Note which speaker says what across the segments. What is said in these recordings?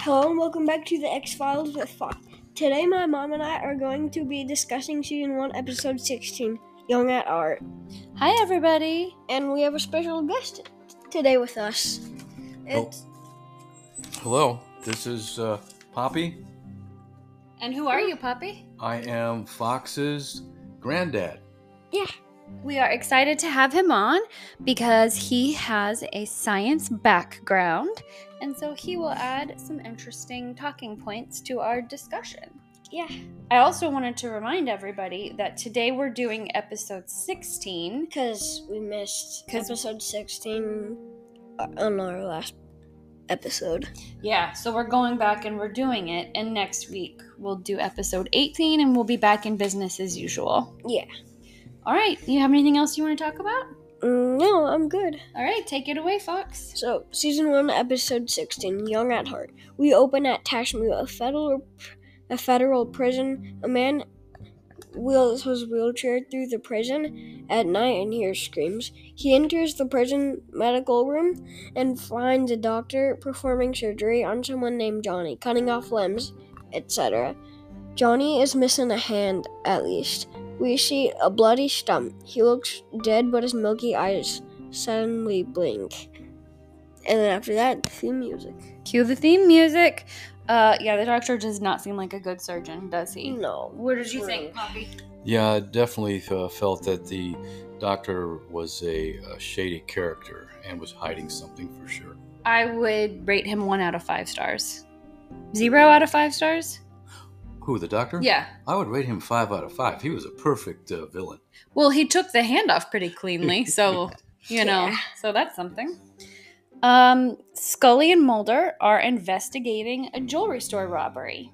Speaker 1: Hello and welcome back to the X Files with Fox. Today, my mom and I are going to be discussing season one, episode 16, Young at Art.
Speaker 2: Hi, everybody.
Speaker 1: And we have a special guest today with us. It's
Speaker 3: Hello, this is uh, Poppy.
Speaker 2: And who are you, Poppy?
Speaker 3: I am Fox's granddad.
Speaker 2: We are excited to have him on because he has a science background. And so he will add some interesting talking points to our discussion.
Speaker 1: Yeah.
Speaker 2: I also wanted to remind everybody that today we're doing episode 16.
Speaker 1: because we missed episode 16 on our last episode.
Speaker 2: Yeah, so we're going back and we're doing it. And next week we'll do episode 18 and we'll be back in business as usual.
Speaker 1: Yeah.
Speaker 2: All right. You have anything else you want to talk about?
Speaker 1: Mm, No, I'm good.
Speaker 2: All right. Take it away, Fox.
Speaker 1: So, season one, episode sixteen, Young at Heart. We open at Tashmu, a federal, a federal prison. A man wheels his wheelchair through the prison at night and hears screams. He enters the prison medical room and finds a doctor performing surgery on someone named Johnny, cutting off limbs, etc. Johnny is missing a hand, at least. We see a bloody stump. He looks dead, but his milky eyes suddenly blink. And then after that, theme music.
Speaker 2: Cue the theme music. Uh, yeah, the doctor does not seem like a good surgeon, does he?
Speaker 1: No.
Speaker 2: What did
Speaker 1: you think,
Speaker 2: Poppy?
Speaker 3: Yeah, I definitely uh, felt that the doctor was a, uh shady character and was hiding something for sure.
Speaker 2: I would rate him one out of five stars. Zero out of five stars?
Speaker 3: Who, the doctor?
Speaker 2: Yeah.
Speaker 3: I would rate him five out of five. He was a perfect uh, villain.
Speaker 2: Well, he took the hand off pretty cleanly, so you know,
Speaker 1: Yeah.
Speaker 2: so that's something. Um, Scully and Mulder are investigating a jewelry store robbery.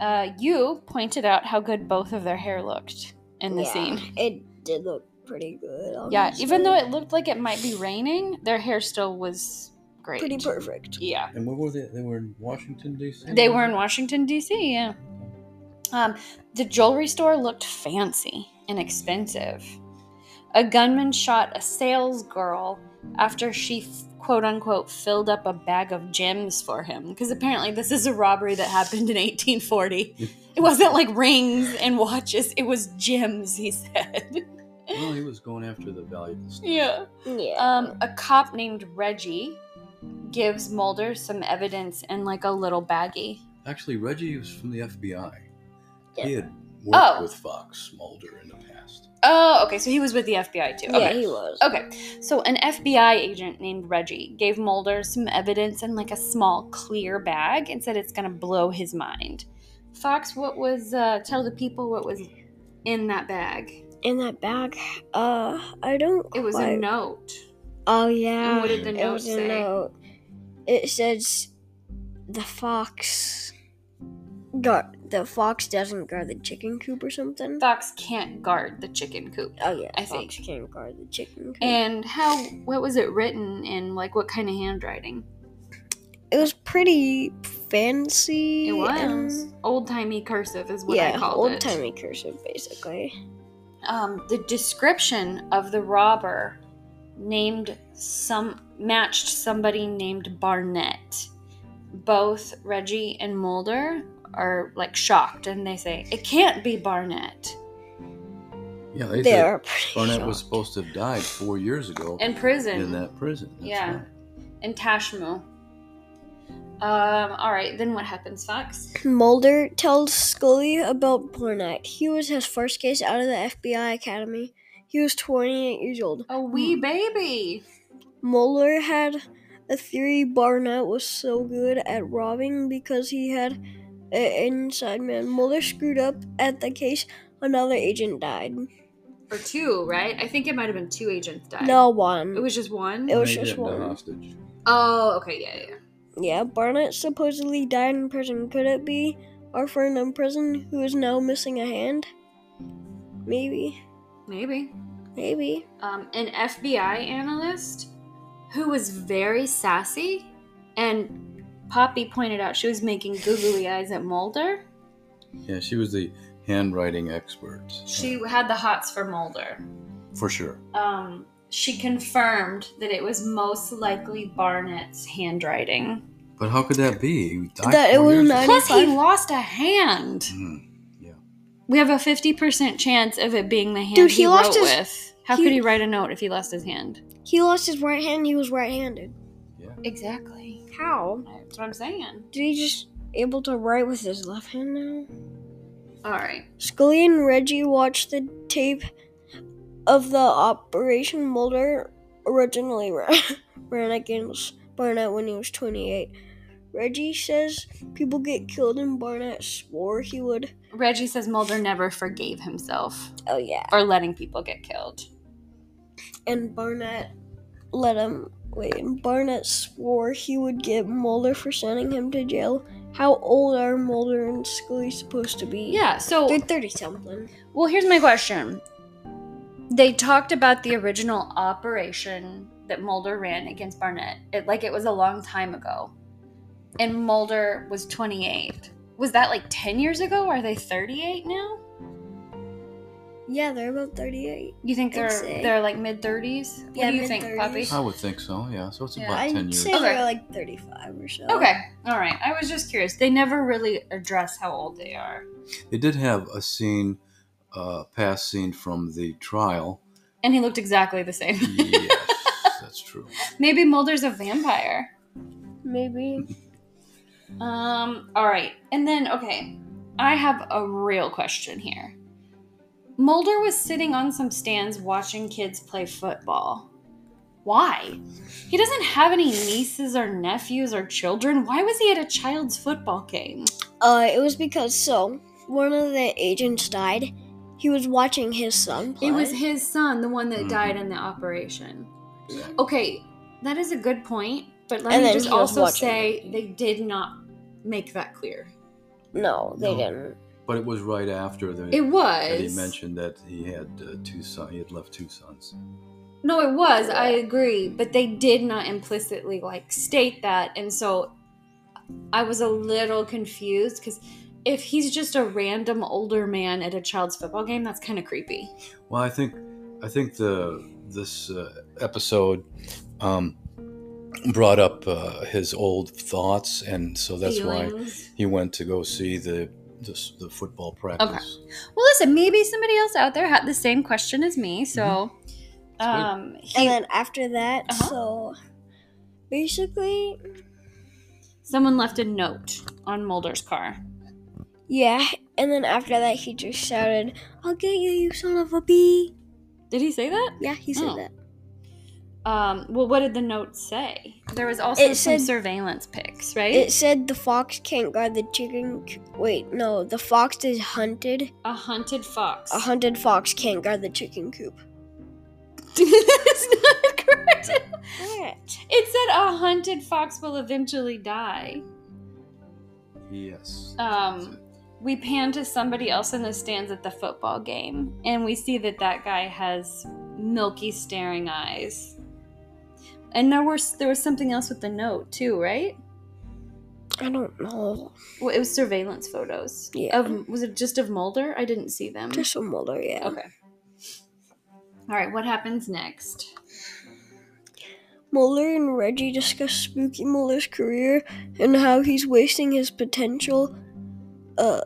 Speaker 2: Uh, you pointed out how good both of their hair looked in the
Speaker 1: Yeah,
Speaker 2: scene.
Speaker 1: It did look pretty good.
Speaker 2: Yeah, even though
Speaker 1: honestly.
Speaker 2: it looked like it might be raining, their hair still was great.
Speaker 1: pretty perfect.
Speaker 2: Yeah.
Speaker 3: And where were they? They were in Washington, D.C.?
Speaker 2: They were in Washington, D.C., yeah. Um, the jewelry store looked fancy and expensive. A gunman shot a sales girl after she, quote unquote, filled up a bag of gems for him. Because apparently, this is a robbery that happened in 1840. It wasn't like rings and watches, it was gems, he said.
Speaker 3: Well, he was going after the valuable stuff.
Speaker 2: yeah.
Speaker 1: Yeah.
Speaker 2: Um, a cop named Reggie gives Mulder some evidence in like a little baggie.
Speaker 3: Actually, Reggie was from the FBI. He
Speaker 1: Yeah.
Speaker 3: had worked
Speaker 2: Oh.
Speaker 3: with Fox Mulder in the past.
Speaker 2: Oh, okay. So he was with the FBI too.
Speaker 1: Yeah,
Speaker 2: Okay.
Speaker 1: he was.
Speaker 2: Okay. So an FBI agent named Reggie gave Mulder some evidence in like a small clear bag and said it's gonna blow his mind. Fox, what was uh, tell the people what was in that bag?
Speaker 1: In that bag, uh, I don't.
Speaker 2: It was a
Speaker 1: quite-
Speaker 2: note.
Speaker 1: Oh
Speaker 2: And
Speaker 1: yeah.
Speaker 2: what did the
Speaker 1: it
Speaker 2: note
Speaker 1: was a
Speaker 2: say?
Speaker 1: note. It says, "The fox got the fox doesn't guard the chicken coop or something."
Speaker 2: Fox can't guard the chicken coop.
Speaker 1: oh yeah,
Speaker 2: I
Speaker 1: fox
Speaker 2: think.
Speaker 1: can't guard the chicken coop.
Speaker 2: And how? What was it written in? Like what kind of handwriting?
Speaker 1: it was pretty fancy.
Speaker 2: It was
Speaker 1: and-
Speaker 2: old timey cursive is what I
Speaker 1: Um, yeah,
Speaker 2: called
Speaker 1: old
Speaker 2: it.
Speaker 1: timey cursive basically.
Speaker 2: Um, the description of the robber named some matched somebody named Barnett. Both Reggie and Mulder are like shocked, and they say it can't be Barnett.
Speaker 3: Yeah, they
Speaker 1: They
Speaker 3: did.
Speaker 1: are pretty
Speaker 3: Barnett was
Speaker 1: shocked.
Speaker 3: supposed to have died four years ago
Speaker 2: In prison,
Speaker 3: in that prison. That's
Speaker 2: Yeah.
Speaker 3: right.
Speaker 2: in Tashmu. Um, all right, then what happens, Fox?
Speaker 1: Mulder tells Scully about Barnett. He was his first case out of the FBI Academy. He was 28 years old.
Speaker 2: A wee baby.
Speaker 1: Mulder had a theory Barnett was so good at robbing because he had an inside man. Mulder screwed up at the case. Another agent died.
Speaker 2: Or two, right? I think it might have been two agents died.
Speaker 1: No
Speaker 2: It
Speaker 1: one.
Speaker 2: was just one?
Speaker 1: It was
Speaker 3: They
Speaker 1: just
Speaker 3: had the
Speaker 1: one.
Speaker 3: hostage.
Speaker 2: oh, okay, yeah, yeah, yeah.
Speaker 1: Yeah, Barnett supposedly died in prison. Could it be our friend in prison who is now missing a hand? Maybe.
Speaker 2: Maybe.
Speaker 1: Maybe.
Speaker 2: um, an FBI analyst who was very sassy. And Poppy pointed out she was making googly eyes at Mulder.
Speaker 3: Yeah, she was the handwriting expert.
Speaker 2: She had the hots for Mulder.
Speaker 3: for sure.
Speaker 2: Um, she confirmed that it was most likely Barnett's handwriting.
Speaker 3: But how could that be? He died
Speaker 1: That it
Speaker 3: four
Speaker 1: was
Speaker 3: years
Speaker 1: not-
Speaker 3: ago.
Speaker 2: Plus, he
Speaker 1: 95?
Speaker 2: lost a hand.
Speaker 3: Mm.
Speaker 2: We have a 50% chance of it being the hand
Speaker 1: Dude,
Speaker 2: he,
Speaker 1: he lost
Speaker 2: wrote
Speaker 1: his-
Speaker 2: with. How
Speaker 1: he-
Speaker 2: could he write a note if he lost his hand?
Speaker 1: He lost his right hand. He was right-handed.
Speaker 2: Exactly.
Speaker 1: How
Speaker 2: That's what I'm saying.
Speaker 1: did he just able to write with his left hand now?
Speaker 2: All right.
Speaker 1: Scully and Reggie watched the tape of the Operation Mulder originally ran, ran against Barnett when he was 28. Reggie says people get killed, and Barnett swore he would.
Speaker 2: Reggie says Mulder never forgave himself
Speaker 1: Oh, yeah.
Speaker 2: for letting people get killed.
Speaker 1: And Barnett let him. Wait, and Barnett swore he would get Mulder for sending him to jail. How old are Mulder and Scully supposed to be?
Speaker 2: Yeah, so
Speaker 1: They're 30 something.
Speaker 2: Well, here's my question. They talked about the original operation that Mulder ran against Barnett. It like it was a long time ago. And Mulder was 28. Was that like 10 years ago? Are they 38 now?
Speaker 1: Yeah, they're about 38.
Speaker 2: You think
Speaker 1: I'd
Speaker 2: they're
Speaker 1: say.
Speaker 2: they're like mid 30s? What
Speaker 1: Yeah,
Speaker 2: do you think, Poppy?
Speaker 1: mid-thirties.
Speaker 3: I would think so. Yeah. So it's
Speaker 2: Yeah,
Speaker 3: about
Speaker 1: I'd
Speaker 3: ten years.
Speaker 1: say
Speaker 2: Okay.
Speaker 1: they're like 35 or so.
Speaker 2: Okay. All right. I was just curious. They never really address how old they are.
Speaker 3: They did have a scene, uh, past scene from the trial.
Speaker 2: And he looked exactly the same.
Speaker 3: yes, that's true.
Speaker 2: Maybe Mulder's a vampire.
Speaker 1: Maybe.
Speaker 2: Um, all right. And then, okay, I have a real question here. Mulder was sitting on some stands watching kids play football. Why? He doesn't have any nieces or nephews or children. Why was he at a child's football game?
Speaker 1: Uh, it was because so one of the agents died. He was watching his son play.
Speaker 2: It was his son, the one that
Speaker 1: Mm-hmm.
Speaker 3: Mhm.
Speaker 2: died in the operation.
Speaker 3: Exactly.
Speaker 2: Okay, that is a good point, but let
Speaker 1: And
Speaker 2: me
Speaker 1: then
Speaker 2: just
Speaker 1: he was
Speaker 2: also
Speaker 1: watching
Speaker 2: say they did not make that clear.
Speaker 1: no, they
Speaker 3: No.
Speaker 1: didn't.
Speaker 3: But it was right after the,
Speaker 2: It was.
Speaker 3: that he mentioned that he had uh, two sons. He had left two sons.
Speaker 2: No, it was. I agree, but they did not implicitly like state that, and so I was a little confused because if he's just a random older man at a child's football game, that's kind of creepy.
Speaker 3: Well, I think, I think the this uh, episode um, brought up uh, his old thoughts, and so that's why
Speaker 2: Feelings.
Speaker 3: he went to go see the the, the football practice.
Speaker 2: Well, listen, maybe somebody else out there had the same question as me,
Speaker 3: Mm-hmm.
Speaker 2: so
Speaker 3: good.
Speaker 2: um,
Speaker 1: And
Speaker 2: he,
Speaker 1: then after that,
Speaker 2: Uh-huh.
Speaker 1: so basically,
Speaker 2: someone left a note on Mulder's car.
Speaker 1: yeah. And then after that, he just shouted, "I'll get you, you son of a bee!"
Speaker 2: Did he say that?
Speaker 1: Yeah, he said
Speaker 2: Oh.
Speaker 1: that.
Speaker 2: Um, well, what did the note say? There was also
Speaker 1: It
Speaker 2: some
Speaker 1: said-
Speaker 2: surveillance pics, right?
Speaker 1: It said the fox can't guard the chicken. c- Wait, no, the fox is hunted.
Speaker 2: a hunted fox.
Speaker 1: A hunted fox can't guard the chicken coop.
Speaker 2: That's not correct.
Speaker 1: What?
Speaker 2: It said a hunted fox will eventually die.
Speaker 3: Yes.
Speaker 2: Um, we pan to somebody else in the stands at the football game, and we see that that guy has milky staring eyes. And there was there was something else with the note too, right?
Speaker 1: I don't know.
Speaker 2: Well, it was surveillance photos.
Speaker 1: Yeah.
Speaker 2: Of was it just of Mulder? I didn't see them.
Speaker 1: Just a Mulder, yeah.
Speaker 2: Okay. All right. What happens next?
Speaker 1: Mulder and Reggie discuss Spooky Mulder's career and how he's wasting his potential. Uh,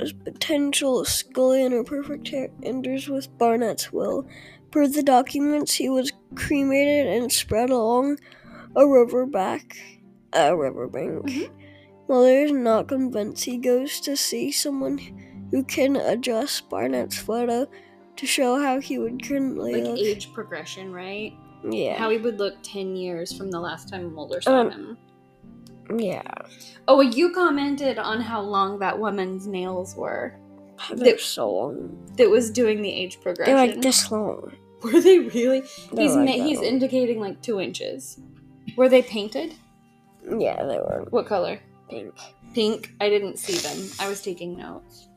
Speaker 1: his potential Scully and her perfect hair enders with Barnett's will. Per the documents, he was cremated and spread along a riverbank. A riverbank.
Speaker 2: Mhm.
Speaker 1: Mulder is not convinced. He goes to see someone who can adjust Barnett's photo to show how he would currently
Speaker 2: Like
Speaker 1: look.
Speaker 2: age progression, right?
Speaker 1: Yeah.
Speaker 2: how he would look 10 years from the last time Mulder saw
Speaker 1: Um,
Speaker 2: him.
Speaker 1: yeah.
Speaker 2: Oh, well, you commented on how long that woman's nails were
Speaker 1: They're so long.
Speaker 2: that was doing the age
Speaker 1: They're
Speaker 2: progression.
Speaker 1: like this long.
Speaker 2: Were they really?
Speaker 1: They're
Speaker 2: he's
Speaker 1: like
Speaker 2: ma-
Speaker 1: that
Speaker 2: he's
Speaker 1: long.
Speaker 2: indicating like two inches. Were they painted?
Speaker 1: Yeah, they were
Speaker 2: What color?
Speaker 1: pink.
Speaker 2: Pink. I didn't see them. I was taking notes.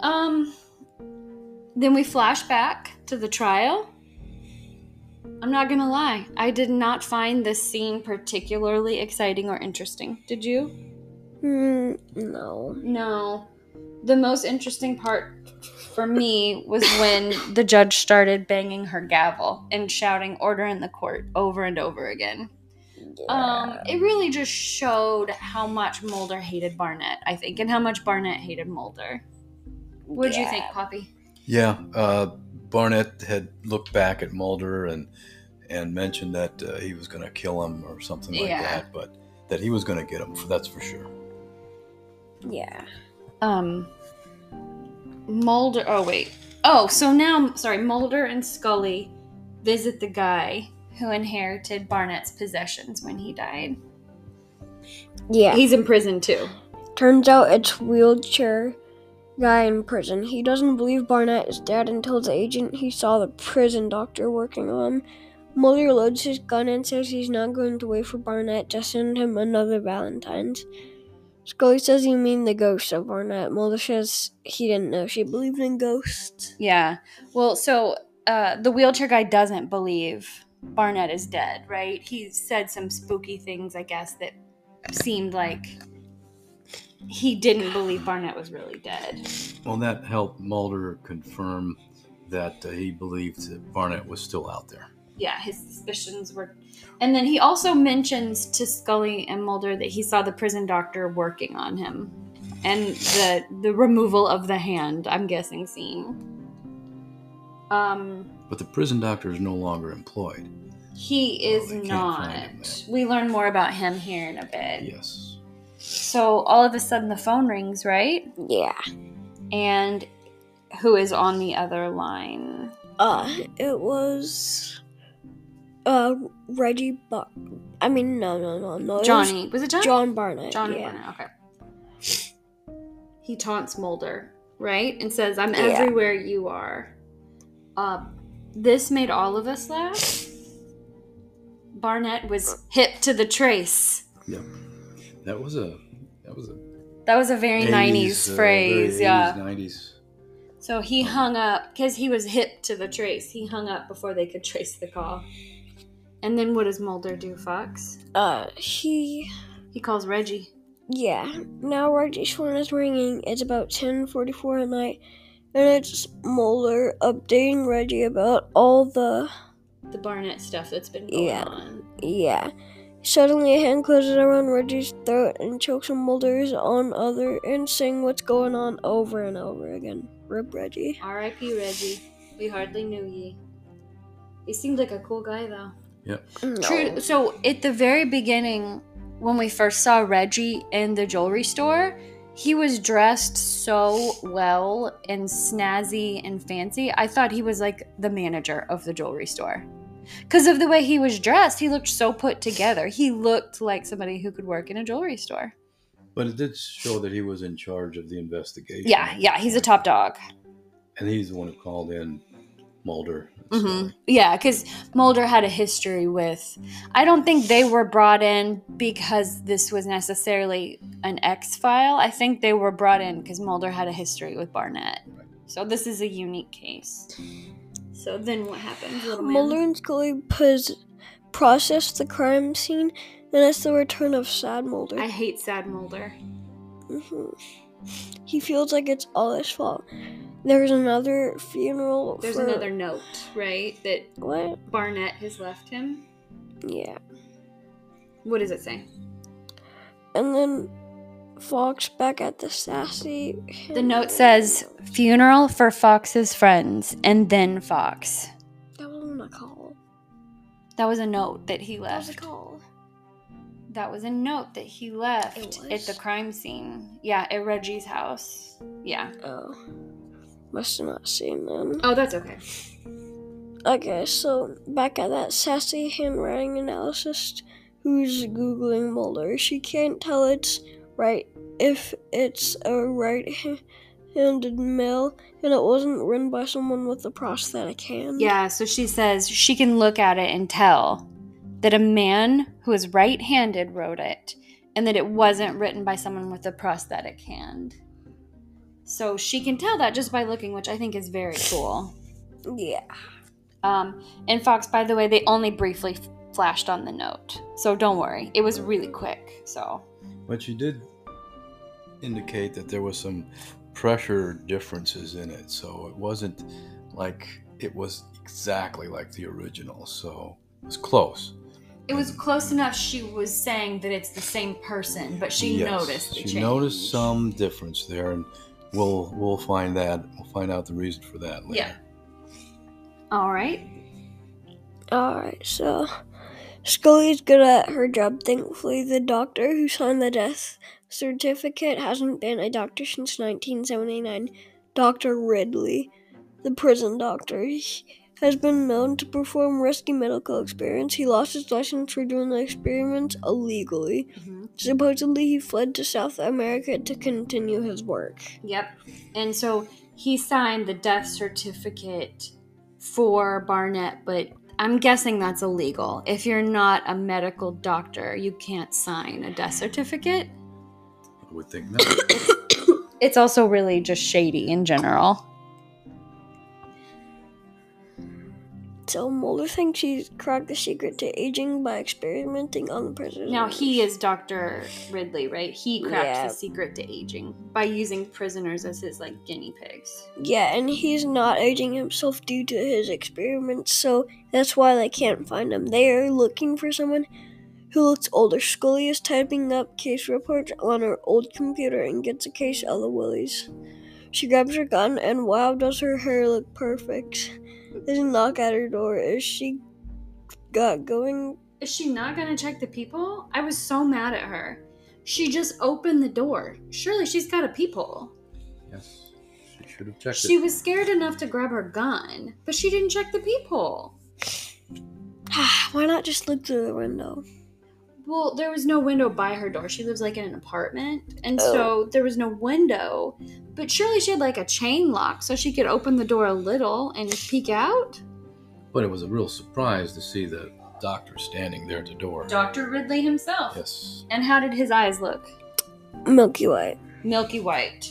Speaker 2: Um. Then we flash back to the trial. I'm not gonna lie, I did not find this scene particularly exciting or interesting. Did you?
Speaker 1: Mm, no.
Speaker 2: No. The most interesting part for me was when the judge started banging her gavel and shouting order in the court over and over again.
Speaker 4: and uh,
Speaker 2: Um, it really just showed how much Mulder hated Barnett, I think, and how much Barnett hated Mulder. What would you think,
Speaker 4: yeah.
Speaker 2: Poppy?
Speaker 3: Yeah, uh, Barnett had looked back at Mulder and and mentioned that uh, he was going to kill him or something like
Speaker 2: Yeah.
Speaker 3: that, but that he was going to get him. That's for sure.
Speaker 1: Yeah.
Speaker 2: Um, Mulder. Oh wait. Oh, so now, sorry, Mulder and Scully visit the guy who inherited Barnett's possessions when he died.
Speaker 1: Yeah.
Speaker 2: He's in prison too.
Speaker 1: Turns out it's wheelchair guy in prison. He doesn't believe Barnett is dead and tells the agent he saw the prison doctor working on him. Mulder loads his gun and says he's not going to wait for Barnett, just send him another Valentine's. Scully says you mean the ghost of Barnett. Mulder says he didn't know she believed in ghosts.
Speaker 2: Yeah. Well, so uh, the wheelchair guy doesn't believe Barnett is dead, right? He said some spooky things, I guess, that seemed like he didn't believe Barnett was really dead.
Speaker 3: Well, that helped Mulder confirm that uh, he believed that Barnett was still out there.
Speaker 2: Yeah, his suspicions were. And then he also mentions to Scully and Mulder that he saw the prison doctor working on him and the the removal of the hand, I'm guessing, scene. Um,
Speaker 3: But the prison doctor is no longer employed.
Speaker 2: He
Speaker 3: Well,
Speaker 2: is
Speaker 3: Oh, they can't
Speaker 2: not.
Speaker 3: find him there.
Speaker 2: we learn more about him here in a bit.
Speaker 3: Yes.
Speaker 2: So all of a sudden the phone rings, right?
Speaker 1: Yeah.
Speaker 2: And who is on the other line?
Speaker 1: Uh, it was. Uh, Reggie Buck. I mean, no, no, no, no. it was
Speaker 2: Johnny. Was it Johnny?
Speaker 1: John Barnett.
Speaker 2: John
Speaker 1: yeah.
Speaker 2: Warner, Okay. He taunts Mulder, right? And says, "I'm
Speaker 1: Yeah.
Speaker 2: everywhere you are." Uh, this made all of us laugh. Barnett was hip to the trace.
Speaker 3: That was a that was a
Speaker 2: That was a very 90s,
Speaker 3: uh, very
Speaker 2: phrase, yeah.
Speaker 3: 80s, 90s.
Speaker 2: So he hung up because he was hip to the trace. He hung up before they could trace the call. And then what does Mulder do, Fox?
Speaker 1: Uh, he.
Speaker 2: He calls Reggie.
Speaker 1: Yeah, now Reggie's phone is ringing. It's about 10:44 at night, and it's Mulder updating Reggie about all the
Speaker 2: The Barnett stuff that's been going
Speaker 1: Yeah.
Speaker 2: on.
Speaker 1: yeah. Suddenly, a hand closes around Reggie's throat and chokes him. Mulder is on other and saying what's going on over and over again. Rip Reggie.
Speaker 2: R.I.P. Reggie. We hardly knew ye. He seemed like a cool guy though.
Speaker 1: No.
Speaker 2: True. So at the very beginning, when we first saw Reggie in the jewelry store, he was dressed so well and snazzy and fancy. I thought he was like the manager of the jewelry store. Because of the way he was dressed, he looked so put together. He looked like somebody who could work in a jewelry store.
Speaker 3: But it did show that he was in charge of the investigation.
Speaker 2: Yeah, yeah, he's a top dog.
Speaker 3: And he's the one who called in Mulder.
Speaker 2: hmm Yeah, because Mulder had a history with. I don't think they were brought in because this was necessarily an X file. I think they were brought in because Mulder had a history with Barnett. So this is a unique case. So then what happens, little man?
Speaker 1: Mulder and Scully pos- process the crime scene, and it's the return of sad Mulder.
Speaker 2: I hate sad Mulder.
Speaker 1: Mhm. He feels like it's all his fault. There's another funeral.
Speaker 2: There's
Speaker 1: for-
Speaker 2: another note, right? That
Speaker 1: What?
Speaker 2: Barnett has left him.
Speaker 1: Yeah.
Speaker 2: What does it say?
Speaker 1: And then Fox back at the sassy.
Speaker 2: The note says funeral for Fox's friends and then Fox.
Speaker 1: That wasn't a call.
Speaker 2: That was a note that he
Speaker 1: That was
Speaker 2: left.
Speaker 1: a call.
Speaker 2: That was a note that he left
Speaker 1: It
Speaker 2: at
Speaker 1: was?
Speaker 2: the crime scene. Yeah, at Reggie's house. Yeah.
Speaker 1: Oh. Must have not seen them.
Speaker 2: Oh, that's okay.
Speaker 1: Okay, so back at that sassy handwriting analysis who's googling Mulder. She can't tell it's right if it's a right-handed male and it wasn't written by someone with a prosthetic hand.
Speaker 2: Yeah, so she says she can look at it and tell that a man who is right handed wrote it and that it wasn't written by someone with a prosthetic hand. So she can tell that just by looking, which I think is very cool.
Speaker 1: Yeah.
Speaker 2: Um, and Fox, by the way, they only briefly flashed on the note. So don't worry. It was really quick. So.
Speaker 3: But she did indicate that there was some pressure differences in it, so it wasn't like it was exactly like the original. So it was close.
Speaker 2: It was close enough. She was saying that it's the same person, but she
Speaker 3: Yes,
Speaker 2: noticed the
Speaker 3: she
Speaker 2: change.
Speaker 3: noticed some difference there, and we'll we'll find that we'll find out the reason for that later.
Speaker 2: Yeah. All right.
Speaker 1: Alright, so Scully's good at her job. Thankfully, the doctor who signed the death certificate hasn't been a doctor since 1979. Dr. Ridley, the prison doctor, he has been known to perform risky medical experiments. He lost his license for doing the experiments illegally.
Speaker 2: Mhm.
Speaker 1: Supposedly, he fled to South America to continue his work.
Speaker 2: Yep. And so he signed the death certificate for Barnett, but I'm guessing that's illegal. If you're not a medical doctor, you can't sign a death certificate.
Speaker 3: I would think not.
Speaker 2: It's also really just shady in general.
Speaker 1: So, Mulder thinks he's cracked the secret to aging by experimenting on the president.
Speaker 2: Now he is Dr. Ridley, right? He cracked
Speaker 1: Yeah.
Speaker 2: the secret to aging by using prisoners as his like guinea pigs.
Speaker 1: Yeah, and he's not aging himself due to his experiments, so that's why they can't find him. They are looking for someone who looks older. Scully is typing up case reports on her old computer and gets a case of the willies. She grabs her gun, and wow, does her hair look perfect. There's a knock at her door. Is she got going?
Speaker 2: Is she not gonna check the people? I was so mad at her. She just opened the door. Surely she's got a peephole.
Speaker 3: yes, she should have checked
Speaker 2: She
Speaker 3: it.
Speaker 2: was scared enough to grab her gun, but she didn't check the peephole.
Speaker 1: why not just look through the window?
Speaker 2: Well, there was no window by her door. She lives like in an apartment, and
Speaker 1: Oh.
Speaker 2: so there was no window. But surely she had like a chain lock so she could open the door a little and peek out.
Speaker 3: But it was a real surprise to see the doctor standing there at the door.
Speaker 2: Dr. Ridley himself.
Speaker 3: Yes.
Speaker 2: And how did his eyes look?
Speaker 1: Milky Way.
Speaker 2: Milky white.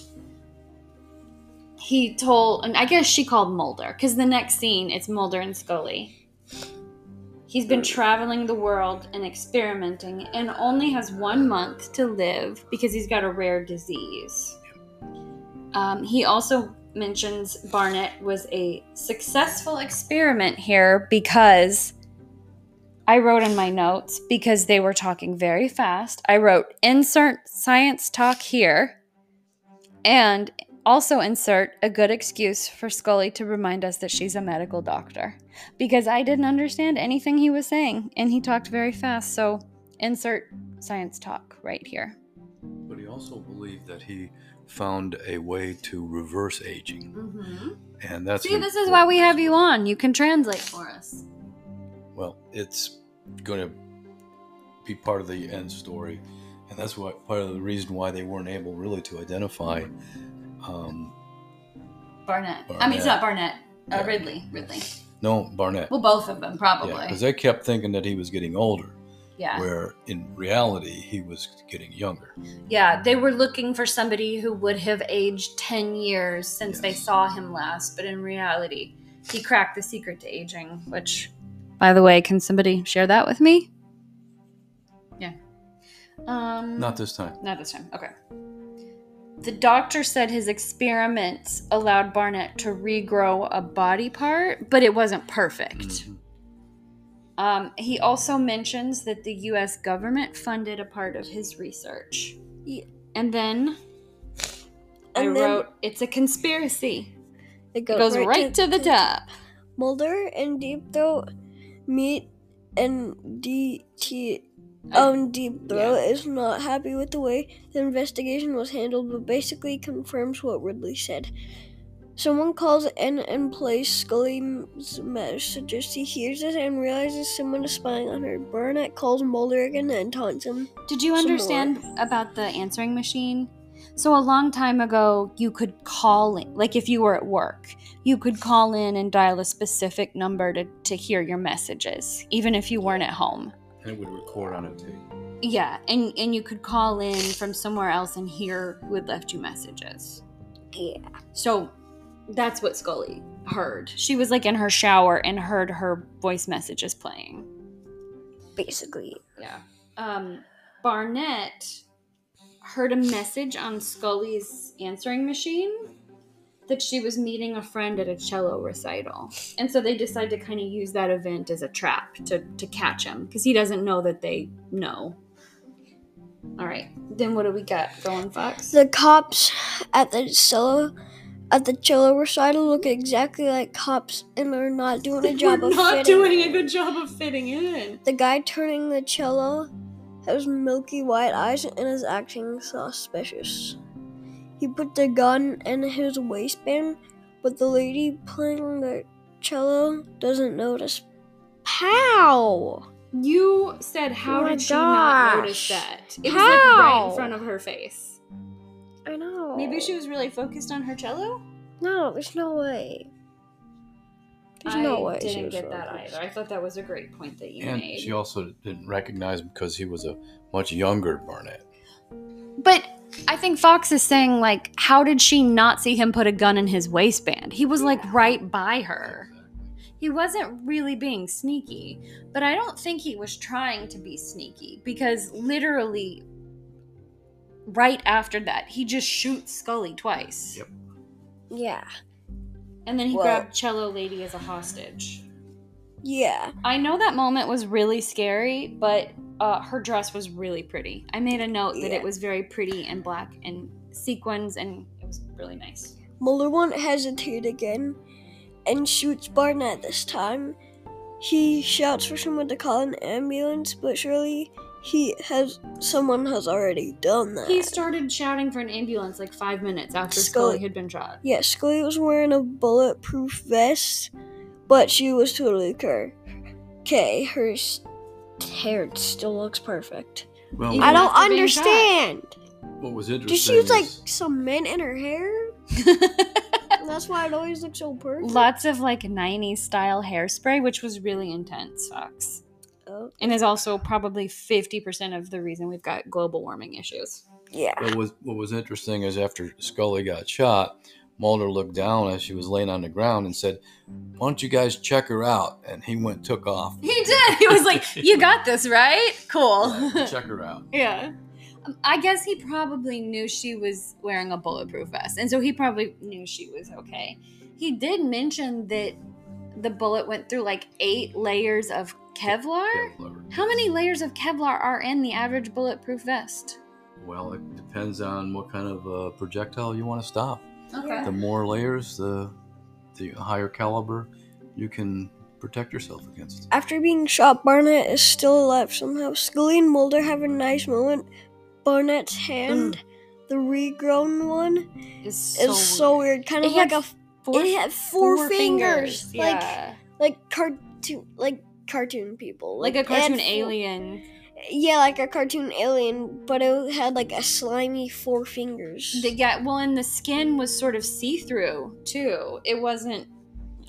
Speaker 2: He told, and I guess she called Mulder, because the next scene it's Mulder and Scully. He's been traveling the world and experimenting and only has one month to live because he's got a rare disease. Um, he also mentions Barnett was a successful experiment here because I wrote in my notes because they were talking very fast. I wrote insert science talk here and also insert a good excuse for Scully to remind us that she's a medical doctor because I didn't understand anything he was saying and he talked very fast. So insert science talk right here.
Speaker 3: But he also believed that he found a way to reverse aging,
Speaker 2: Mm-hmm.
Speaker 3: and that's
Speaker 2: See, this is why we have you on. You can translate for us.
Speaker 3: Well, it's going to be part of the end story, and that's why part of the reason why they weren't able really to identify. Um,
Speaker 2: Barnett. I mean, it's
Speaker 3: Barnett.
Speaker 2: not Barnett. Uh,
Speaker 3: Yeah.
Speaker 2: Ridley. Ridley.
Speaker 3: no, Barnett.
Speaker 2: Well, both of them probably.
Speaker 3: because they kept thinking that he was getting older,
Speaker 2: yeah.
Speaker 3: where in reality he was getting younger.
Speaker 1: Mm-hmm.
Speaker 2: Yeah, they were looking for somebody who would have aged 10 years since they
Speaker 3: Yes.
Speaker 2: saw him last, but in reality, he cracked the secret to aging, which, by the way, can somebody share that with me? Yeah. Um,
Speaker 3: Not this time.
Speaker 2: not this time. Okay. The doctor said his experiments allowed Barnett to regrow a body part, but it wasn't perfect.
Speaker 3: Mhm.
Speaker 2: Um, he also mentions that the U.S. government funded a part of his resech.
Speaker 1: Ye-
Speaker 2: And then I
Speaker 1: And then
Speaker 2: wrote, "It's a conspiracy.
Speaker 1: it
Speaker 2: It goes right, to, the top."
Speaker 1: Mulder and Deep Throat meet, and DT
Speaker 2: Oh.
Speaker 1: um Deep Throat is not happy with the way the investigation was handled, but basically confirms what Ridley said. Someone calls in and plays Scully's messages. He hears it and realizes someone is spying on her. Barnett calls Mulder again and taunts him.
Speaker 2: Did you
Speaker 1: Some more.
Speaker 2: understand about the answering machine? So a long time ago, you could call in, like if you were at work, you could call in and dial a specific number to, to hear your messages, even if you weren't at home.
Speaker 3: And it would record on a tape.
Speaker 2: Yeah, and and you could call in from somewhere else and hear who had left you messages.
Speaker 1: Yeah.
Speaker 2: So that's what Scully heard. She was like in her shower and heard her voice messages playing.
Speaker 1: Basically,
Speaker 2: Yeah. Um Barnett heard a message on Scully's answering machine that she was meeting a friend at a cello recital. And so they decide to kind of use that event as a trap to, to catch him because he doesn't know that they know. All right, then what do we got going, Fox?
Speaker 1: The cops at the cello at the cello recital look exactly like cops and are not doing a job
Speaker 2: We're
Speaker 1: of
Speaker 2: not
Speaker 1: fitting.
Speaker 2: doing a good job of fitting in.
Speaker 1: The guy turning the cello has milky white eyes and is acting suspicious. He put the gun in his waistband, but the lady playing the cello doesn't notice. Pow!
Speaker 2: You said, how
Speaker 1: Oh my
Speaker 2: did she not
Speaker 1: gosh.
Speaker 2: notice that? It was like right in
Speaker 1: How?
Speaker 2: front of her face.
Speaker 1: I know.
Speaker 2: Maybe she was really focused on her cello.
Speaker 1: No, there's no way. There's no
Speaker 2: I
Speaker 1: way. she
Speaker 2: didn't
Speaker 1: was
Speaker 2: get that
Speaker 1: focused.
Speaker 2: either. I thought that was a great point that you
Speaker 3: And
Speaker 2: made.
Speaker 3: she also didn't recognize him because he was a much younger Barnett.
Speaker 2: But I think Fox is saying, like, how did she not see him put a gun in his waistband? He was, like, right by her. He wasn't really being sneaky, but I don't think he was trying to be sneaky because literally right after that, he just shoots Scully twice.
Speaker 3: Yep.
Speaker 1: Yeah.
Speaker 2: And then he
Speaker 1: Well-
Speaker 2: grabbed Cello Lady as a hostage.
Speaker 1: Yeah.
Speaker 2: I know that moment was really scary, but uh, her dress was really pretty. I made a note that
Speaker 1: Yeah.
Speaker 2: it was very pretty and black and sequins, and it was really nice.
Speaker 1: Muller won't hesitate again and shoots Barnett this time. He shouts for someone to call an ambulance, but surely he has someone has already done that.
Speaker 2: He started shouting for an ambulance like five minutes after
Speaker 1: Scully-
Speaker 2: Scully had been shot.
Speaker 1: yeah, Scully was wearing a bulletproof vest, but she was totally cur. Okay, her s- hair still looks perfect.
Speaker 3: Well,
Speaker 2: Even
Speaker 1: I don't
Speaker 2: after being shot.
Speaker 1: understand.
Speaker 3: what was
Speaker 1: Did
Speaker 3: interesting
Speaker 1: she use like
Speaker 3: is-
Speaker 1: some mint in her hair? That's why it always looks so perfect.
Speaker 2: Lots of like 90s style hairspray, which was really intense, Fox.
Speaker 1: Oh,
Speaker 2: And is also probably 50% of the reason we've got global warming issues.
Speaker 1: yeah.
Speaker 3: What was what was interesting is after Scully got shot, Mulder looked down as she was laying on the ground and said, "Why don't you guys check her out?" And he went took off.
Speaker 2: He did. He was like, You got this, right? Cool.
Speaker 3: check her out.
Speaker 2: Yeah. Um, I guess he probably knew she was wearing a bulletproof vest. And so he probably knew she was okay. He did mention that the bullet went through like eight layers of Kevlar.
Speaker 3: Kevlar.
Speaker 2: How many layers of Kevlar are in the average bulletproof vest?
Speaker 3: Well, it depends on what kind of uh, projectile you want to stop.
Speaker 1: Okay.
Speaker 3: The more layers, the the higher caliber you can protect yourself against.
Speaker 1: After being shot, Barnett is still alive somehow. Scully and Mulder have a nice moment. Barnett's hand,
Speaker 2: Mm.
Speaker 1: the regrown one,
Speaker 2: It's
Speaker 1: is so weird. Kind
Speaker 2: It
Speaker 1: of like
Speaker 2: had
Speaker 1: a f- it had four, fingers, like
Speaker 2: yeah.
Speaker 1: like cartoon like cartoon people,
Speaker 2: Like, a
Speaker 1: it had
Speaker 2: cartoon
Speaker 1: four-
Speaker 2: alien.
Speaker 1: Yeah, like a cartoon alien, but it had like a slimy four fingers.
Speaker 2: The, yeah, well, and the skin was sort of see through, too. It wasn't,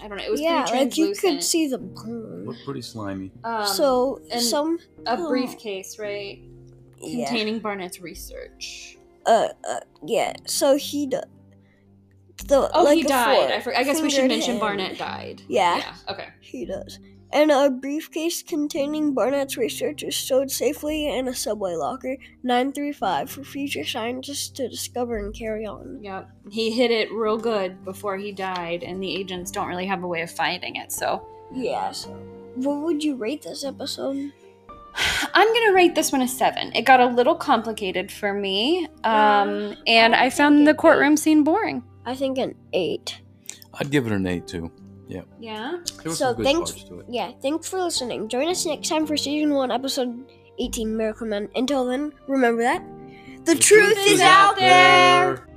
Speaker 2: I don't know, it was
Speaker 1: yeah,
Speaker 2: pretty
Speaker 1: like you
Speaker 2: translucent.
Speaker 1: could see the bone.
Speaker 3: Looked pretty slimy.
Speaker 2: Um,
Speaker 1: so
Speaker 2: and-
Speaker 1: some
Speaker 2: a
Speaker 1: Oh.
Speaker 2: briefcase, right?
Speaker 1: yeah.
Speaker 2: Containing Barnett's research.
Speaker 1: uh, uh, yeah. So he, d- the
Speaker 2: Oh,
Speaker 1: like
Speaker 2: he
Speaker 1: a
Speaker 2: died.
Speaker 1: four-
Speaker 2: I, for- I guess we should
Speaker 1: fingered
Speaker 2: mention
Speaker 1: hand.
Speaker 2: Barnett died.
Speaker 1: Yeah.
Speaker 2: Okay.
Speaker 1: He does. And a briefcase containing Barnett's research is stowed safely in a subway locker 935 for future scientists to discover and carry on.
Speaker 2: Yep. He hit it real good before he died, and the agents don't really have a way of finding it. So
Speaker 1: Yeah. So, what would you rate this episode?
Speaker 2: I'm going to rate this one a seven. It got a little complicated for me,
Speaker 1: Oh,
Speaker 2: um,
Speaker 1: Yeah.
Speaker 2: and I found the courtroom scene boring.
Speaker 1: I think an eight.
Speaker 3: I'd give it an eight too.
Speaker 2: Yeah.
Speaker 3: There was
Speaker 1: So
Speaker 3: some good
Speaker 1: thanks-
Speaker 3: parts to it.
Speaker 1: Yeah. Thanks for listening. Join us next time for season one, episode 18, Miracle Men. Until then, remember that the, truth, is, out there.